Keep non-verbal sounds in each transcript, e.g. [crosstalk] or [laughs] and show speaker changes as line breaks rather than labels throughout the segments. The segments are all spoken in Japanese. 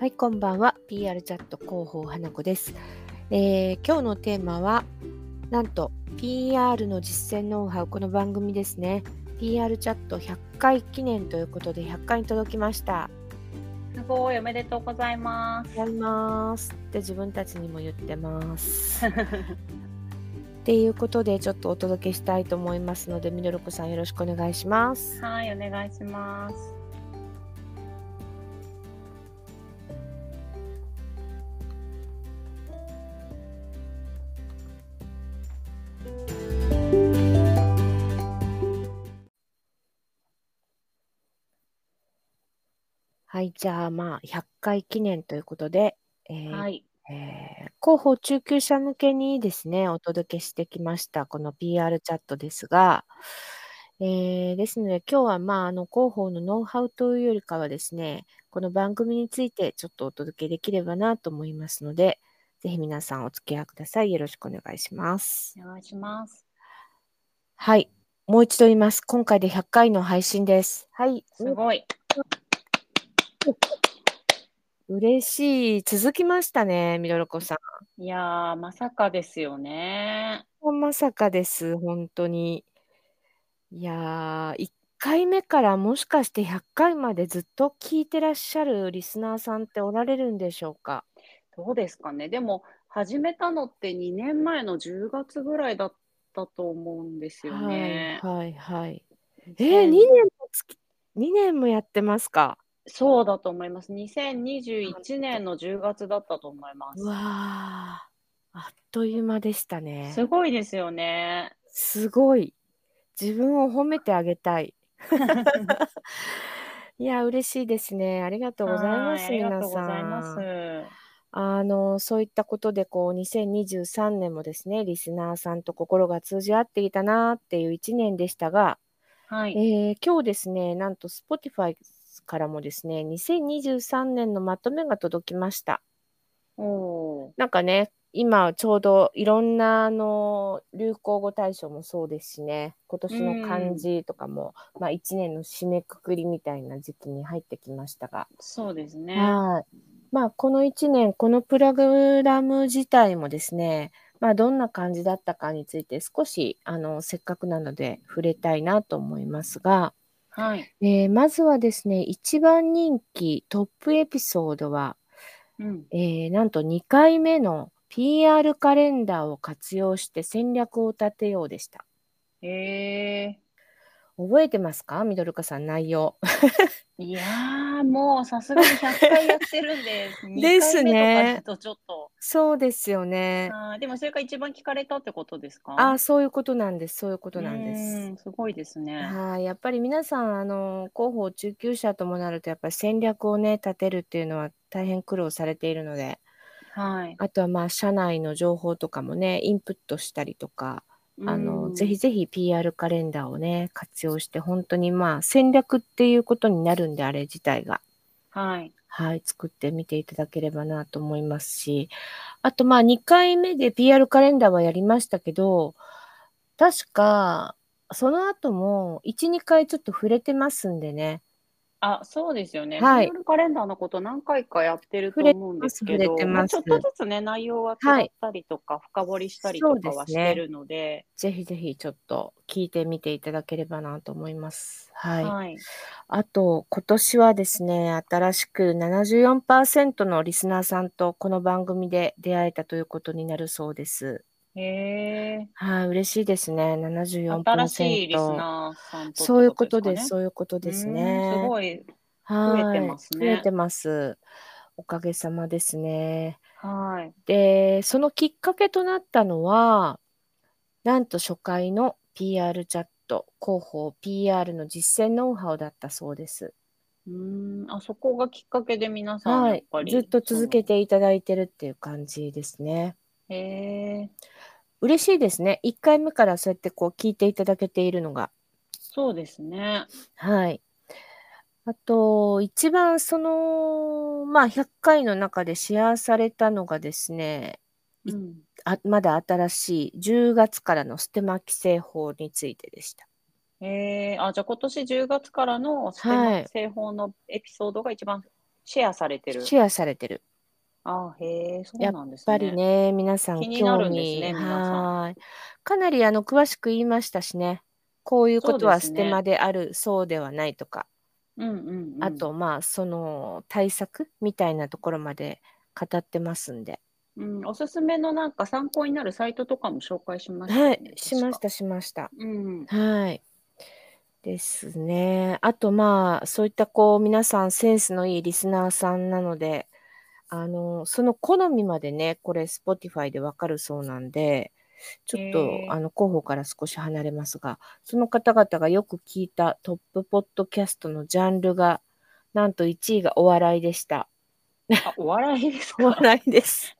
はい、こんばんは。PR チャット広報花子です、えー、今日のテーマは、なんと PR の実践ノウハウ、この番組ですね。PR チャット100回記念ということで、100回に届きました。
すごい、おめでとうございます。
やりますって自分たちにも言ってます。
[laughs]
っていうことでちょっとお届けしたいと思いますのでみどろこさんよろしくお願いします。
はいお願いします。
はいじゃあまあ100回記念ということで、
えー、はい、
えー、広報中級者向けにですね、お届けしてきました、この PR チャットですが、えー、ですので、今日は、まあ、あの広報のノウハウというよりかはですね、この番組についてちょっとお届けできればなと思いますので、ぜひ皆さんお付き合いください。よろしくお願いします。
お願いします。
はい、もう一度言います。今回で100回の配信です。はい、
すごい。
嬉しい。続きましたね、みどろこさ
ん。いやまさかですよね。
まさかです、本当に。いやー、1回目からもしかして100回までずっと聞いてらっしゃるリスナーさんっておられるんでしょうか。
どうですかね。でも、始めたのって2年前の10月ぐらいだったと思うんですよ
ね。はい、はい、はい。えー、2年も2年もやってますか。
そうだと思います。2021年の10月だったと思います。
わあ、あっという間でしたね。
すごいですよね。
すごい。自分を褒めてあげたい。いや、嬉しいですね。ありがとうございます、皆さん。あのそういったことでこう2023年もですねリスナーさんと心が通じ合っていたなっていう1年でしたが、
はい
えー、今日ですねなんと Spotify からもですね、2023年のまとめが届きました。
お
なんかね、今ちょうどいろんなあの流行語大賞もそうですしね、今年の漢字とかも、まあ、1年の締めくくりみたいな時期に入ってきましたが。
そうですね。
はい。まあ、この1年、このプログラム自体もですね、まあ、どんな感じだったかについて少しあのせっかくなので触れたいなと思いますが、
はい
えー、まずはですね一番人気トップエピソードは、
うん、
えー、なんと2回目の PR カレンダーを活用して戦略を立てようでした。
え
ー、覚えてますかみどるかさん内容。 [laughs]
いやもうさすがに100回やってる
[laughs]
んでですね。ちょっと。
そうですよね。
あでもそれが一番聞かれたってことですか。。
あそういうことなんです。そういうことなんです
すごいですね。
はい、やっぱり皆さんあの広報中級者ともなるとやっぱり戦略をね立てるっていうのは大変苦労されているので。
はい。
あとはまあ社内の情報とかもねインプットしたりとか。あのぜひぜひ PR カレンダーをね活用して本当にまあ戦略っていうことになるんであれ自体が、
はい、
はい、作ってみていただければなと思いますしあとまあ2回目で PR カレンダーはやりましたけど確かその後も12回ちょっと触れてますんでね
あそうですよね、はい、PR カレンダーのこと何回かやってると思うんですけど、まあ、ちょっとずつね、内容は違ったりとか、はい、深掘りしたりとかはしてるので、ね、
ぜひぜひちょっと聞いてみていただければなと思います。はい。
はい、
あと、今年はですね、新しく74%のリスナーさんとこの番組で出会えたということになるそうです。
へ
はい、嬉しいですね。74%。
新しいリスナーさん、ね、
そういうことです、そういうことですね。
すごい増えてますね。
増えてます。おかげさまですね。
はい。
で、そのきっかけとなったのは、なんと初回の PR チャット、広報 PR の実践ノウハウだったそうです。
うんあそこがきっかけで皆さんやっぱり、
はい、ずっと続けていただいてるっていう感じですね。
へえ。
嬉しいですね。1回目からそうやってこう聞いていただけているのが。
そうですね。
はい。あと、一番その、まあ、100回の中でシェアされたのがですね、
うん、
あまだ新しい10月からのステマ規制法についてでした。
えー、あじゃあ今年10月からのステマ規制法のエピソードが一番シェアされてる。
シェアされてる。
あへえ、そう
やっ
なんですね。
ぱりね、皆さん
気にな
興
るんです
味、
ね皆さん
はい。かなりあの詳しく言いましたしね、こういうことは
そう
ス
ですね
テマである、そうではないとか、
うんうん、うん。
あと、まあ、その対策みたいなところまで語ってますんで。
うん、おすすめのなんか参考になるサイトとかも紹介しましたよね。。
はい、しましたた、しました。
うん。
はい。ですね。あとまあ、そういったこう、皆さんセンスのいいリスナーさんなので、あの、その好みまでね、これ、Spotify でわかるそうなんで、ちょっと、
へー
あの、候補から少し離れますが、その方々がよく聞いたトップポッドキャストのジャンルが、なんと1位がお笑いでした。
あ、お笑いです
お
か。
笑いです。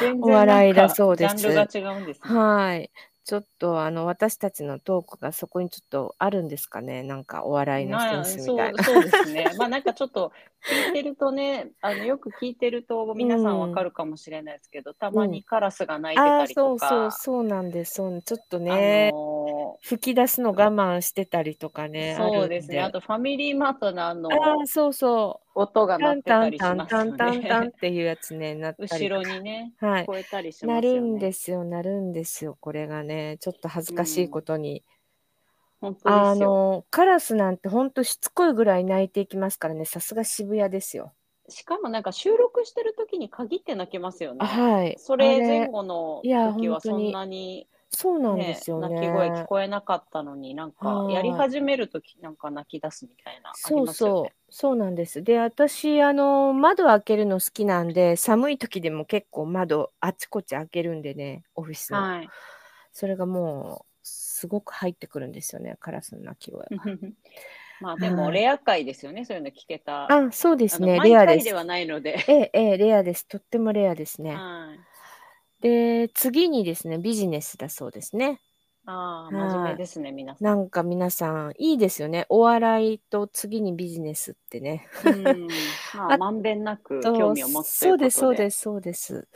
全然
お笑いだそうです
なんかジャンルが違うんです、ね。
はい。ちょっと、あの、私たちのトークがそこにちょっとあるんですかね。なんか、お笑いのセンスみたいな。
そうそうですね。まあなんかちょっと聞いてるとね、あのよく聞いてると皆さんわかるかもしれないですけど、たまにカラスが鳴いて
あ
た
あ、そ
りと
うそ
か、
う、そうなんです。そうなんちょっと
あ
ね、
の
吹き出すの我慢してたりとかね。あるん
そうですね。あとファミリーマートのあの
ああ、そうそ
音が
う。
鳴
タ
っ
ン
て
タ
たり
ンタン
します
タ
よ
ンタンタンっ
ね。
ていうやつね、なったり
後
と
ろ
か。
にね、
は
聞
い。
こえたりし
な
ますよ
る
ね。
んですよ、なるんですよ、これがね。ちょっと恥ずかしいことに。
本当で
あ
すよ。
の、カラスなんてほんとしつこいぐらい泣いていきますからね、さすが渋谷ですよ。
しかもなんか収録してる時に限って泣きますよね。
あはい。
そ
あ
れ
れ
前後の
いや
時はそ
本当
ん
に
なに
そうなんで
ね
すよね。
泣き声聞こえなかったのになんか
はい
やり始めるときなんか泣き出すみたいなあり
そう
ますよね
そう。そうなんです。で、私、あの、窓開けるの好きなんで、寒い時でも結構窓あちこち開けるんでね、オフィスの。
はい
それがもう、すごく入ってくるんですよね、カラスの鳴き声。
[laughs] まあでも
はい
レア回ですよねそういうの聞けた
あ、そうで
あ
す
の
ね、
毎
レア
回
で。
ですはないので
ええ、ええ、レアです。とってもレアですね。
はい
で、次にですね、ビジネスだそうですね。
ああ
はい
真面目ですね皆さ
なんんか皆さん、いいですよね。お笑いと次にビジネスってね。
うんまあ
あ
まんべんなく
と
興味を持つと
そ
い
うう
こ
です、そ
と
う
で
です、そうです。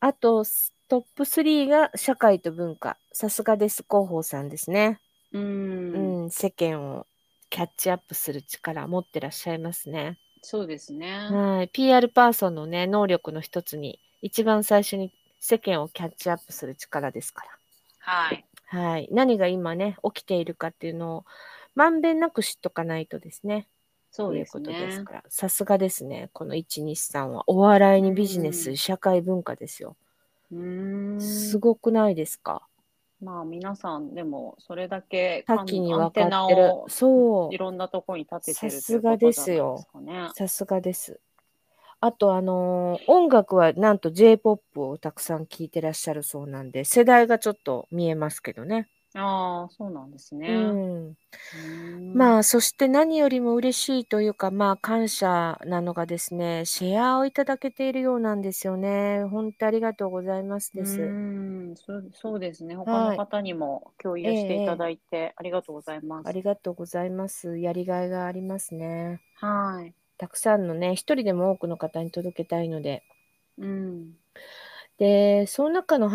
あと、ストップ3が社会と文化。さすがです、広報さんですね。
う
うんん、世間をキャッチアップする力持ってらっしゃいますね。
そうですね
はい。PR パーソンのね、能力の一つに、一番最初に世間をキャッチアップする力ですから。
はい
はい。何が今ね、起きているかっていうのを、まんべんなく知っとかないとですね。
そう
とい
で
う
す
ことです
ね
から、さすがですね、この123は、お笑いにビジネ
う
ス、
ん
社会文化ですよ。
うーん
すごくないですか
まあ皆さんでもそれだけ
多岐に
アン
分
テ
か
ナ
ってる
を。
そ、
いうろんなとこに立てて
さ
るとい
す
うこ
が
と
で
じゃな
す
い
よ
ですかね。
さすがです。あと、あのー音楽はなんと J-POP をたくさん聴いてらっしゃるそうなんで、世代がちょっと見えますけどね。
ああ、そうなんです
う
ね。
ん。
あ、
まあ、そして何よりも嬉しいというか、まあ、感謝なのがですね、シェアをいただけているようなんですよね。本当ありがとうございます
う
です。
ん、そうそうですね。他の方にも共有していただいてありがとうございます。
ありがとうございます。やりがいがありますね。
はい。
たくさんのね、一人でも多くの方に届けたいので。
うん。
で、その中の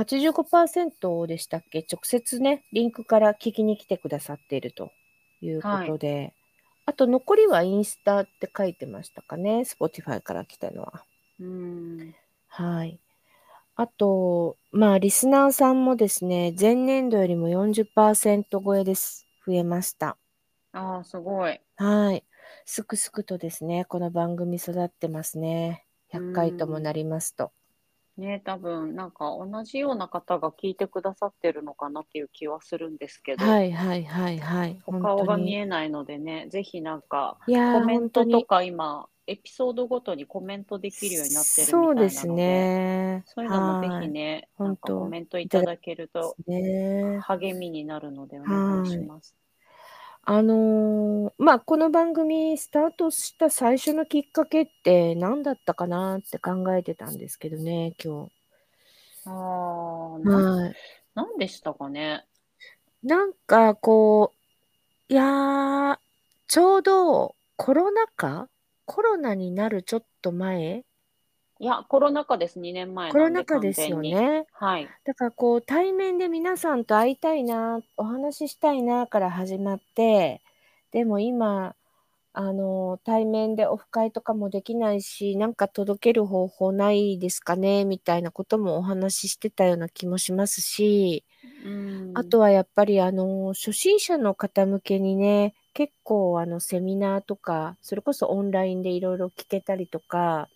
85%でしたっけ、直接ね、リンクから聞きに来てくださっているということで、あと残りはインスタって書いてましたかね、Spotify から来たのは。
うん。
はい。あと、まあ、リスナーさんもですね、前年度よりも40%超えです。増えました。
ああ、すごい。
はい。すくすくとですね、この番組育ってますね。100回ともなりますと。
ね、多分なんか同じような方が聞いてくださってるのかなっていう気はするんですけど、
はいはいはいはい。
お
本
顔
当
が
に
見えないのでね、ぜひなんか
いやー
コメン
本当
ト
に
とか今、エピソードごとにコメントできるようになってるみたいな
そ
の
う
で、
ですね。
そういうのもぜ
ね。
ひね、
はい
なんか
本当
コメントいただけると
ね
励みになるのでお願いします。
あのーまあこの番組スタートした最初のきっかけって何だったかなって考えてたんですけどね今
ああ、
日。
な、
はい。
なんでしたかね。
なんかこういやーちょうどコロナ禍コロナになるちょっと前
いや、コロナ禍です、2年前
コ
な
ロ
んで
ナ禍
完
です
全
よ
に。
ね。
はい。
だからこう対面で皆さんと会いたいなお話ししたいなから始まってでも今あの、対面でオフ会とかもできないし、なんか届ける方法ないですかね、みたいなこともお話ししてたような気もしますし、あとはやっぱり、あの、初心者の方向けにね、結構、あの、セミナーとか、それこそオンラインでいろいろ聞けたりとか、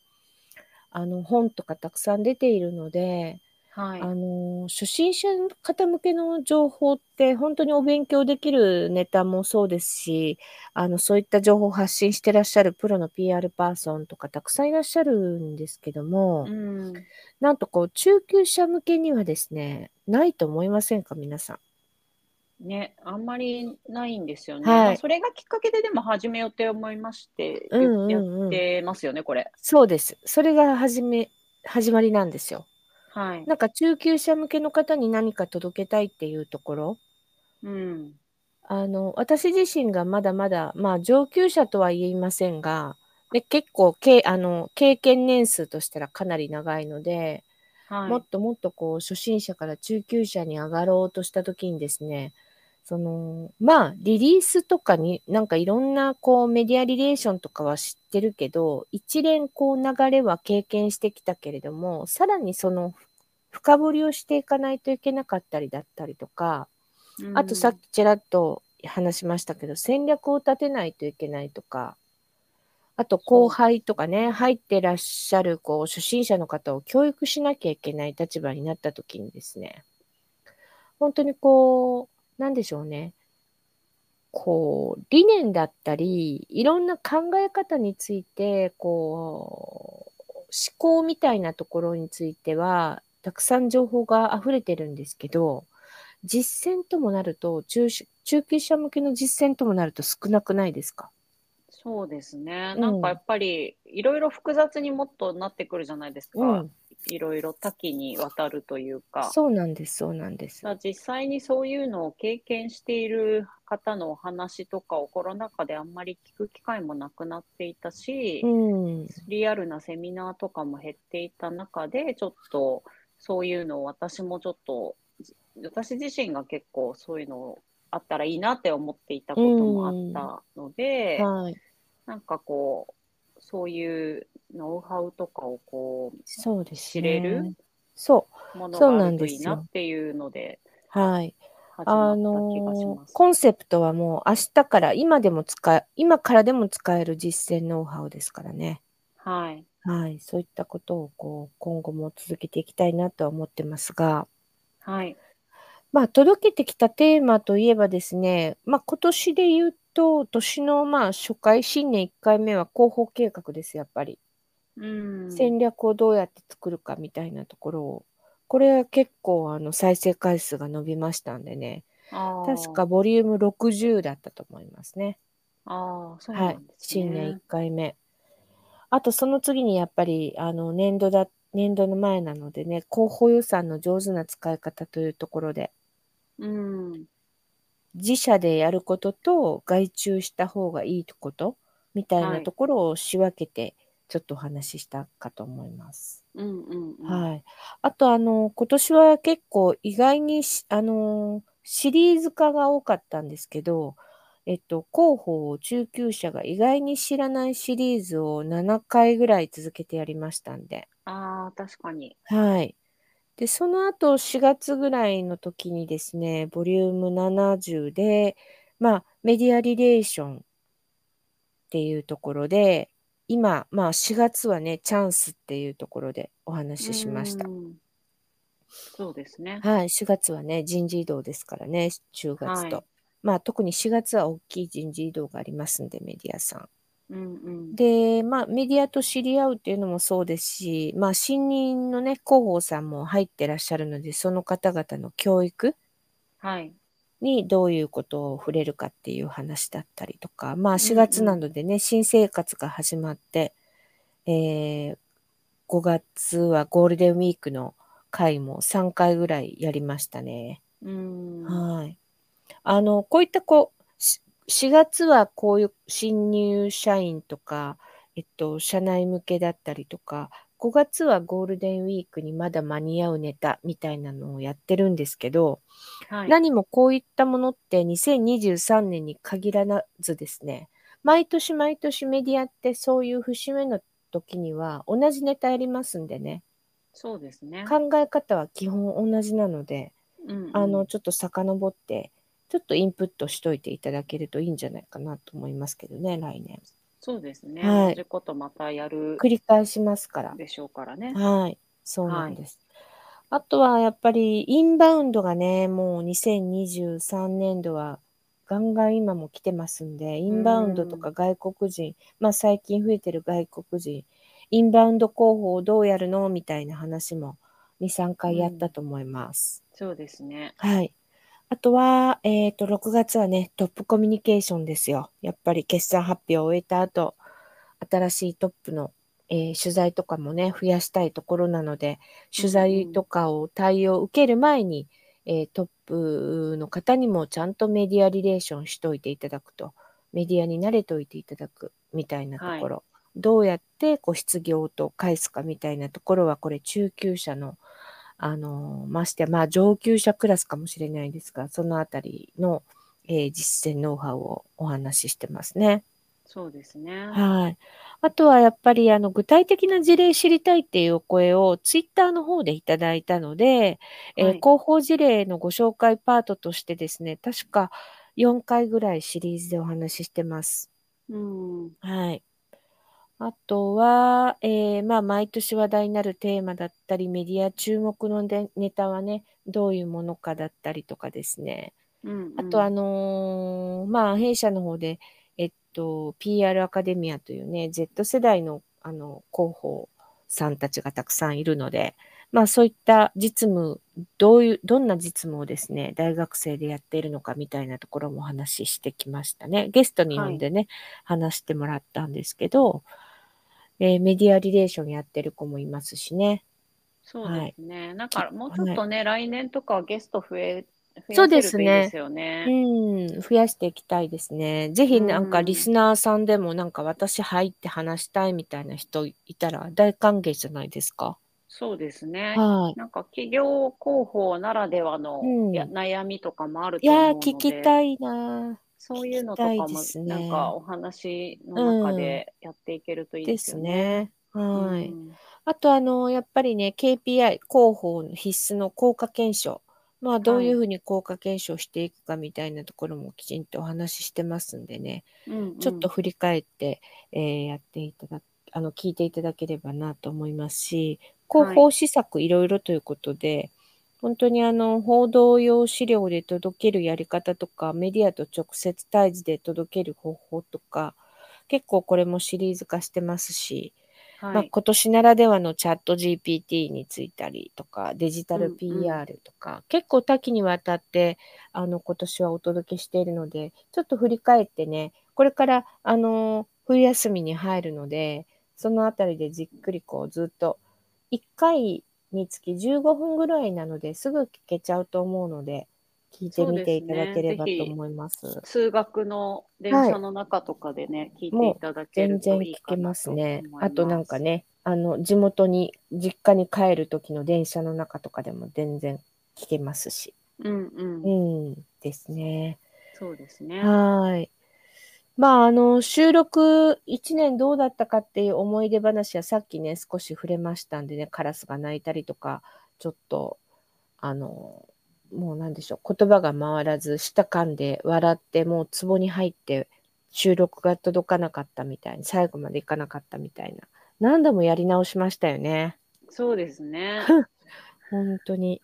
あの、本とかたくさん出ているので、
はい、
あの初心者の方向けの情報って本当にお勉強できるネタもそうですしあのそういった情報を発信してらっしゃるプロの PR パーソンとかたくさんいらっしゃるんですけども、
うん、
なんとこう中級者向けにはですねないと思いませんか皆さん。
ね、あんまりないんですよね。はい、それがきっかけででも始めようって思いまして、うんうんうん、やってますよね、これ。
そうです。それが始め始まりなんですよ。
はい、
なんか中級者向けの方に何か届けたいっていうところ、
うん、
あの私自身がまだまだ、まあ、上級者とは言いませんがで結構けあの経験年数としたらかなり長いので、
はい、
もっともっとこう初心者から中級者に上がろうとした時にですねそのまあリリースとかになんかいろんなこうメディアリレーションとかは知ってるけど一連こう流れは経験してきたけれどもさらにその深掘りをしていかないといけなかったりだったりとかあとさっきちらっと話しましたけど、うん、戦略を立てないといけないとかあと後輩とかね入ってらっしゃるこう初心者の方を教育しなきゃいけない立場になった時にですね本当にこうなんでしょうね。こう、理念だったり、いろんな考え方について、こう、思考みたいなところについては、たくさん情報が溢れてるんですけど、実践ともなると、中中級者向けの実践ともなると少なくないですか
そうですね。なんかやっぱり、いろいろ複雑にもっとなってくるじゃないですか。うんいろいろ多岐にわたるというか
そうなんですそうなんです
実際にそういうのを経験している方のお話とかをコロナ禍であんまり聞く機会もなくなっていたし、
うん、
リアルなセミナーとかも減っていた中でちょっとそういうのを私もちょっと私自身が結構そういうのあったらいいなって思っていたこともあったので、
うんはい、
なんかこうそういうノウハウとかをこう
そうです、
ね、知れる
そう
ものがあるといいなっていうので。
はい。あのー、コンセプトはもう明日から今でも使え、今からでも使える実践ノウハウですからね。
はい。
はい。そういったことをこう今後も続けていきたいなとは思ってますが。
はい。
まあ、届けてきたテーマといえばですね、まあ、今年で言うと、年のまあ初回、新年1回目は広報計画です、やっぱり。
うん、
戦略をどうやって作るかみたいなところを、これは結構あの再生回数が伸びましたんでね、確かボリューム60だったと思いますね。
あそう
なん、ね、はい、新年1回目。あと、その次にやっぱりあの年度だ年度の前なのでね、広報予算の上手な使い方というところで、
うん、
自社でやることと外注した方がいいことみたいなところを仕分けてちょっとお話ししたかと思います。
うんうんうん、
はい、あとあの今年は結構意外にあのシリーズ化が多かったんですけど、えっと、広報中級者が意外に知らないシリーズを7回ぐらい続けてやりましたんで。
あ確かに、
はいで、その後4月ぐらいの時にですね、ボリューム70で、まあ、メディアリレーションっていうところで、今、まあ4月はね、チャンスっていうところでお話ししました。う
そうですね。
はい、4月はね、人事異動ですからね、10月と。はい、まあ特に4月は大きい人事異動がありますんで、メディアさん。
うんうん、
で、まあ、メディアと知り合うっていうのもそうですし、まあ、新任のね、広報さんも入ってらっしゃるので、その方々の教育にどういうことを触れるかっていう話だったりとか、まあ、4月なのでね、うんうん、新生活が始まって、えー、5月はゴールデンウィークの回も3回ぐらいやりましたね。
うん、
はい。あの、こういったこう、4月はこういう新入社員とか、えっと、社内向けだったりとか、5月はゴールデンウィークにまだ間に合うネタみたいなのをやってるんですけど、
はい、
何もこういったものって2023年に限らずですね、毎年毎年メディアってそういう節目の時には同じネタやりますんでね
そうですね。
考え方は基本同じなので
うんうん
あのちょっと遡ってちょっとインプットしといていただけるといいんじゃないかなと思いますけどね来年
そうですね。
はい
同じことまたやる
繰り返しますから
でしょうからね。
はい、そうなんです。あとはやっぱりインバウンドがね、もう2023年度はガンガン今も来てますんで、インバウンドとか外国人、まあ最近増えてる外国人、インバウンド候補をどうやるのみたいな話も2、3回やったと思います。
そうですね。
はい。あとは、えっ、と、6月はね、トップコミュニケーションですよ。やっぱり決算発表を終えた後、新しいトップの、えー取材とかもね、増やしたいところなので、取材とかを対応を受ける前に、えートップの方にもちゃんとメディアリレーションしといていただくと、メディアに慣れておいていただくみたいなところ、どうやってこう質疑応答を返すかみたいなところは、これ中級者のあのましてやまあ上級者クラスかもしれないですがそのあたりの、えー実践ノウハウをお話ししてますね。
そうですね。
はい、あとはやっぱりあの具体的な事例知りたいっていうお声をツイッターの方でいただいたので、えー
はい
広報事例のご紹介パートとしてですね確か4回ぐらいシリーズでお話ししてます。
うん。
はい。あとは、えーまあ、毎年話題になるテーマだったり、メディア注目のでネタはね、どういうものかだったりとかですね。
うん、
あと、あのーまあ、弊社の方で、えっと、PR アカデミアというね、Z 世代の、あの、広報さんたちがたくさんいるので、まあ、そういった実務、どういう、どんな実務をですね、大学生でやっているのかみたいなところもお話ししてきましたね。ゲストに呼んでね、話してもらったんですけど、えーメディアリレーションやってる子もいますしね。
そうですね。だからもうちょっとね、来年とかはゲスト増え、
そ
増
う
や
で
せ
す
る
ね
といいですよね。
うん、増やしていきたいですね。ぜひなんか
うん
リスナーさんでもなんか私入って話したいみたいな人いたら大歓迎じゃないですか。
そうですね。
はい。
なんか企業広報ならではの
うん
や、悩みとかもある
い
と思
や
う
ー、
の
聞き
で、
たいな
そういうのとか
聞きた
も
いです、ね
なんかお話の中でやっていけるとい
ー
い
で
で
す
すよね。
ね。はい。
うん
あと、あの、やっぱりね、KPI、広報の必須の効果検証。まあ、どういうふうに効果検証していくかみたいなところもきちんとお話ししてますんでね、
うんうん
ちょっと振り返って、えーやっていただあの、聞いていただければなと思いますし、広報施策いろいろということで、本当にあの、報道用資料で届けるやり方とか、メディアと直接対峙で届ける方法とか、結構これもシリーズ化してますし、
はい、
まあ、今年ならではのチャット GPT についたりとかデジタ
うんう
ル
ん
PR とか、結構多岐にわたってあの今年はお届けしているのでちょっと振り返ってねこれからあの冬休みに入るのでそのあたりでじっくりこうずっと1回につき15分ぐらいなのですぐ聞けちゃうと思うので聞いてみていただければと思います。
通学の電車の中とかでね、聞いていただけ
全
る
然
とい
聞
いか
け
な
ま
と
す
思い
ね
ます。。
あとなんかね、あの、地元に、実家に帰る時の電車の中とかでも全然聞けますし。
うんうん、
うん、ですね。
そうですね。
はーい。まあ、あの、収録1年どうだったかっていう思い出話はさっきね、少し触れましたんでね、カラスが鳴いたりとか、ちょっと、あの、もうなんでしょう、言葉が回らず、舌噛んで、笑って、もう壺に入って、収録が届かなかったみたいに、最後までいかなかったみたいな。何度もやり直しましたよね。
そうですね。
本当に。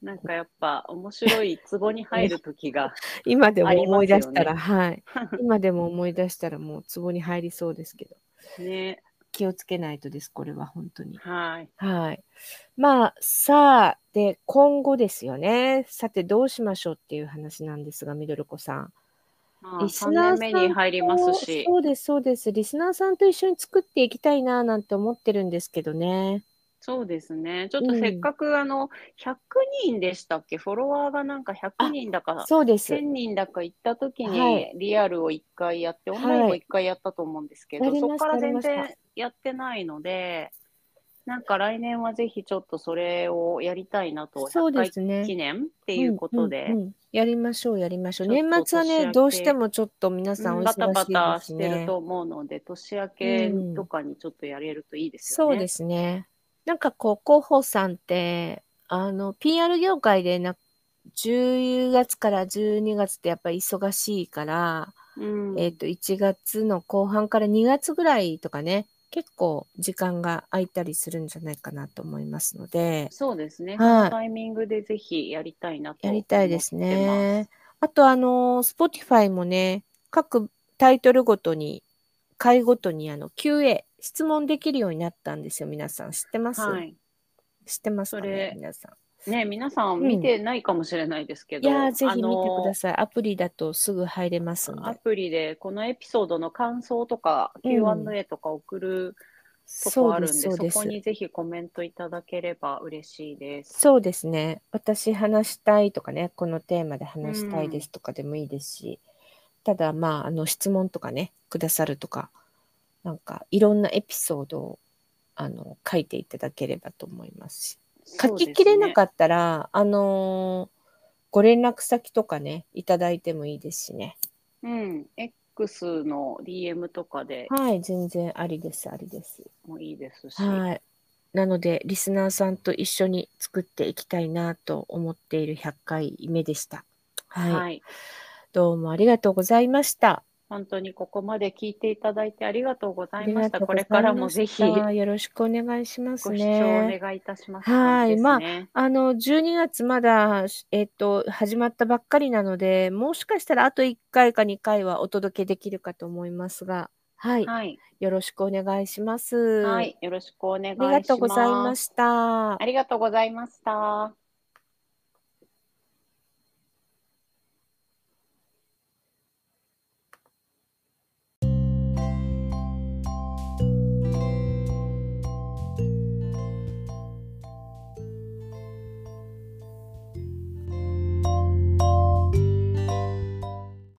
なんかやっぱ面白い壺に入る
[laughs]
時が、
今で
あ
も
りますよね
思い出したら、
[laughs]
はい。今でも思い出したら、もう壺に入りそうですけど。
ね、
気をつけないとです、これは本当に。
はい。
はい。まあ、さあ、で、今後ですよね。さて、どうしましょうっていう話なんですが、みどるこさん。
まあ、
リス
3
ナーさ
年
ん
目
と
に入りますし、
そうです、そうです。リスナーさんと一緒に作っていきたいな、なんて思ってるんですけどね。
そうですね。ちょっとせっかくあの、100人でしたっけフォロワーがなんか100人だか、
そうです。
1000人だか行った時
は
に
い
リアルを1回やって、オンライン
は
も
い
1回やったと思うんですけど、
やり
そ
ま
こ
した
から全
やりま
然やってないので、なんか来年はぜひちょっとそれをやりたいなと、
そうですね
100回記念っていうことで、
うんうんうんやりましょう、やりましょう。
ちょっ
年
と
末はね、
年明け
どうしてもちょっと皆さんお忙しいで
バ
すね。
タバタしてると思うので、年明けとかにちょっとやれるといいですよね。
そうですね。なんかこう、広報さんって、あの、PR 業界でな、10月から12月ってやっぱり忙しいから、
うん
えっ、と、1月の後半から2月ぐらいとかね、結構時間が空いたりするんじゃないかなと思いますので、
そうです
は
ね。
い
そのタイミングでぜひやりたいなと
や
思って
り
ます。
たいですね。あと、あの、Spotify もね、各タイトルごとに、回ごとに、あの、QA、質問できるようになったんですよ、皆さん。知ってます、
はい。
知ってますか
そ
ね
れ、
皆さ
ね、皆さ
うんん
見てないかもしれないですけ
ん。い
ど、
やー、ぜひ見てくだ
さ
さい。アプリだとすぐ入れますん
ア
で。
プリでこのエピソードの感想とか
うん
Q&A とか送るとこ
そ
あ
う
る
で
んで、
す、そう
そ
です
こ。にぜひコメントいただければ嬉しいです。
そうですね。私話したいとかね、このテーマで話したいですとかでもいいですし、ただまあ、あの質問とかね、くださるとか、なんかいろんなエピソードをあの書いていただければと思いますし、書ききれな
っ
かったら、あのーご連絡先とかね、いただいてもいいですしね。
た。うん。X の DM とかで
はい、全然ありです、ありです。
もいいですし、
はい。なので、リスナーさんと一緒に作っていきたいなと思っている100回目でした。はい
はい。
どうもありがとうございました。
本当にここまで聞いていただいてありがとうござ
あ
い
り
ま
が
し
と
た。
うご
こ
ざ
れ
いました
からもぜひご
よろしくお願いします
視聴
ね
お。願いいたします。
はいまあ
感じですね
あの12月まだえっ、と始まったばっかりなので、もしかしたらあと1回か2回はお届けできるかと思いますが、はい、
はい、
よろしくお願いします。
はい、よろしくお願いします。
ありがとうございました。
ありがとうございました。